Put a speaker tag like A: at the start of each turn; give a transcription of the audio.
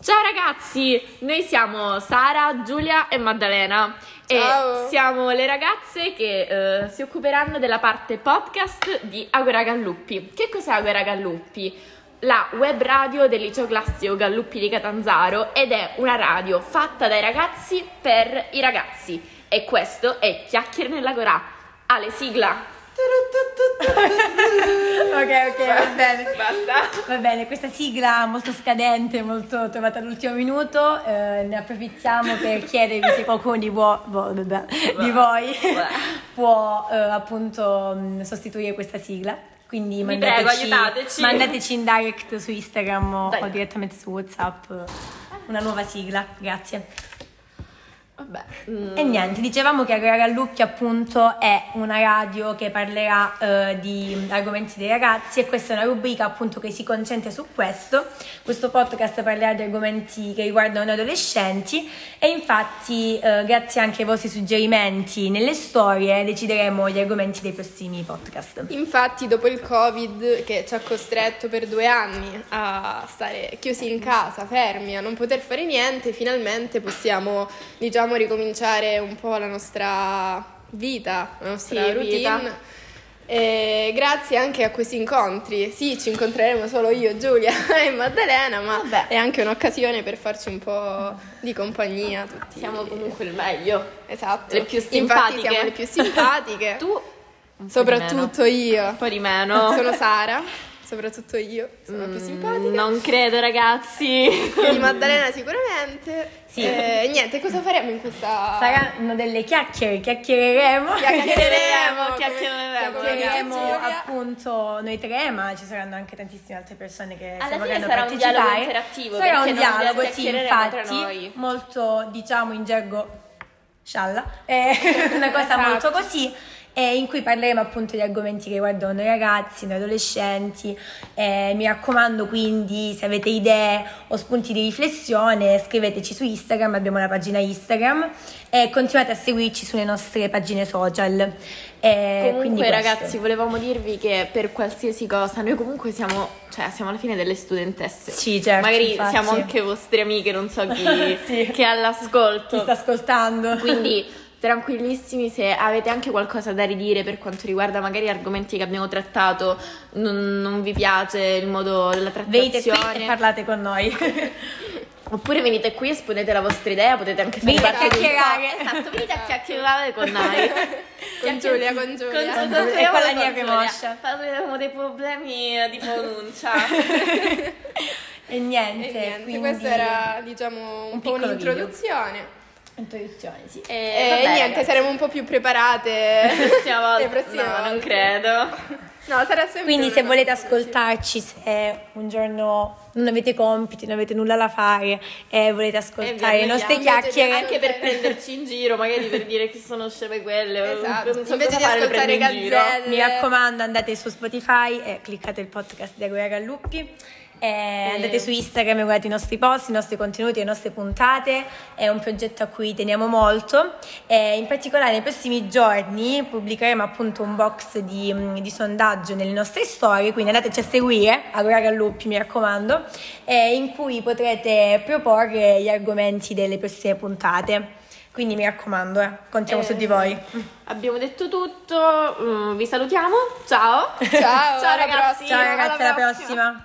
A: Ciao ragazzi, noi siamo Sara, Giulia e Maddalena
B: Ciao.
A: e siamo le ragazze che eh, si occuperanno della parte podcast di Agora Galluppi. Che cos'è Agora Galluppi? La web radio del liceo classico Galluppi di Catanzaro ed è una radio fatta dai ragazzi per i ragazzi e questo è Chiacchiere nell'Agora. Ale sigla!
C: ok, ok, va bene.
A: Basta!
C: Va bene, questa sigla molto scadente, molto trovata all'ultimo minuto, eh, ne approfittiamo per chiedervi se qualcuno di, voi- vo- vabbè, di voi può eh, appunto mh, sostituire questa sigla. Quindi
A: Vi prego,
C: mandateci,
A: aiutateci.
C: mandateci in direct su Instagram o,
A: Dai.
C: o direttamente su WhatsApp eh, una nuova sigla, grazie.
A: Vabbè.
C: E niente, dicevamo che Agora Gallucchi appunto è una radio che parlerà eh, di argomenti dei ragazzi e questa è una rubrica appunto che si concentra su questo. Questo podcast parlerà di argomenti che riguardano gli adolescenti e infatti eh, grazie anche ai vostri suggerimenti nelle storie decideremo gli argomenti dei prossimi podcast.
B: Infatti, dopo il Covid che ci ha costretto per due anni a stare chiusi in casa, fermi, a non poter fare niente, finalmente possiamo, diciamo, ricominciare un po' la nostra vita, la nostra
A: Sì,
B: routine.
A: vita.
B: E grazie anche a questi incontri. Sì, ci incontreremo solo io, Giulia e Maddalena, ma
A: Vabbè.
B: è anche un'occasione per farci un po' di compagnia tutti.
A: Siamo comunque il meglio.
B: esatto.
A: le più
B: Infatti
A: simpatiche.
B: siamo le più simpatiche.
A: Tu un po' di meno.
B: Soprattutto io.
A: un po' di meno.
B: Sono Sara, soprattutto io, sono la
A: Mm,
B: più simpatica.
A: Non credo, ragazzi.
C: Eh,
B: Quindi Maddalena sicuramente.
C: Sì.
B: Eh, niente, cosa faremo in questa...
C: Saranno delle chiacchiere, chiacchiereremo.
B: Chiacchiereremo, come-
A: Chiacchiereremo,
B: come-
C: Chiacchiereremo
B: Cioè, Giulia.
C: Cioè, appunto noi tre, ma ci saranno anche tantissime altre persone che
A: Alla
C: se
A: fine
C: vorranno
A: sarà un
C: partecipare.
A: dialogo interattivo,
C: Sarà
A: perché
C: un
A: non
C: dialogo, sì,
A: chiacchiereremo tra noi.
C: infatti, molto diciamo in gergo scialla, è una cosa
B: Esatto.
C: molto così. eh, in cui parleremo appunto di argomenti che riguardano i ragazzi, noi adolescenti. eh, mi raccomando, quindi, se avete idee o spunti di riflessione, scriveteci su Instagram, abbiamo una pagina Instagram e continuate a seguirci sulle nostre pagine social. Eh, quindi
A: Comunque
C: questo.
A: ragazzi volevamo dirvi che per qualsiasi cosa noi comunque siamo, cioè, siamo alla fine delle studentesse.
C: Sì, certo,
A: Magari
C: infatti.
A: siamo anche vostre amiche, non so chi,
C: Sì.
A: che è
C: Ti
A: all'ascolto.
C: sta ascoltando.
A: Quindi tranquillissimi se avete anche qualcosa da ridire per quanto riguarda magari argomenti che abbiamo trattato, non, non vi piace il modo della
C: Venite qui
A: trattazione.
C: e parlate con noi.
A: Oppure venite qui, esponete la vostra idea, potete anche fare
C: Venite a
A: parte di un po'.
C: chiacchierare.
A: Esatto, venite a chiacchierare con noi.
B: Con Giulia, con Giulia.
A: Con, con,
C: Giulia. E
A: con
C: con la
A: con
C: mia
A: Giulia.
C: Premoscia.
A: Parleremo dei problemi eh, di pronuncia.
C: e niente,
B: E niente,
C: quindi...
B: questa era diciamo un,
C: un
B: po'
C: piccolo
B: un'introduzione.
C: Introduzione, sì.
A: E,
B: E
A: Eh, vabbè,
B: niente,
A: ragazzi,
B: saremo un po' più preparate.
A: la prossima volta.
B: le prossime
A: no, non
B: volte.
A: credo.
B: No, sarà sempre
C: Quindi
B: una
C: se volete
B: nostra-
C: ascoltarci, se un giorno non avete compiti, non avete nulla da fare e volete ascoltare le
A: annoiate,
C: nostre
B: invece di
C: chiacchiere,
A: Anche per prenderci in giro, magari per dire che sono sceme quelle. o
B: Esatto,
A: non so
B: invece
A: cosa
B: di
A: fare, lo
B: ascoltare
A: prendo in giro.
B: gazzelle.
C: mi raccomando andate su Spotify e cliccate il podcast di Agoria Galluppi. e Andate su Instagram e guardate i nostri post, i nostri contenuti, le nostre puntate, è un progetto a cui teniamo molto e in particolare nei prossimi giorni pubblicheremo appunto un box di, mm, di sondaggio nelle nostre storie, quindi andateci a seguire, Agoria Galluppi mi raccomando, eh, in cui potrete proporre gli argomenti delle prossime puntate. Quindi mi raccomando, eh, contiamo su di voi.
A: Abbiamo detto tutto, mm, vi salutiamo, ciao.
B: Ciao, alla
A: ragazzi.
B: prossima.
C: Ciao ragazzi, alla
B: prossima.
C: prossima.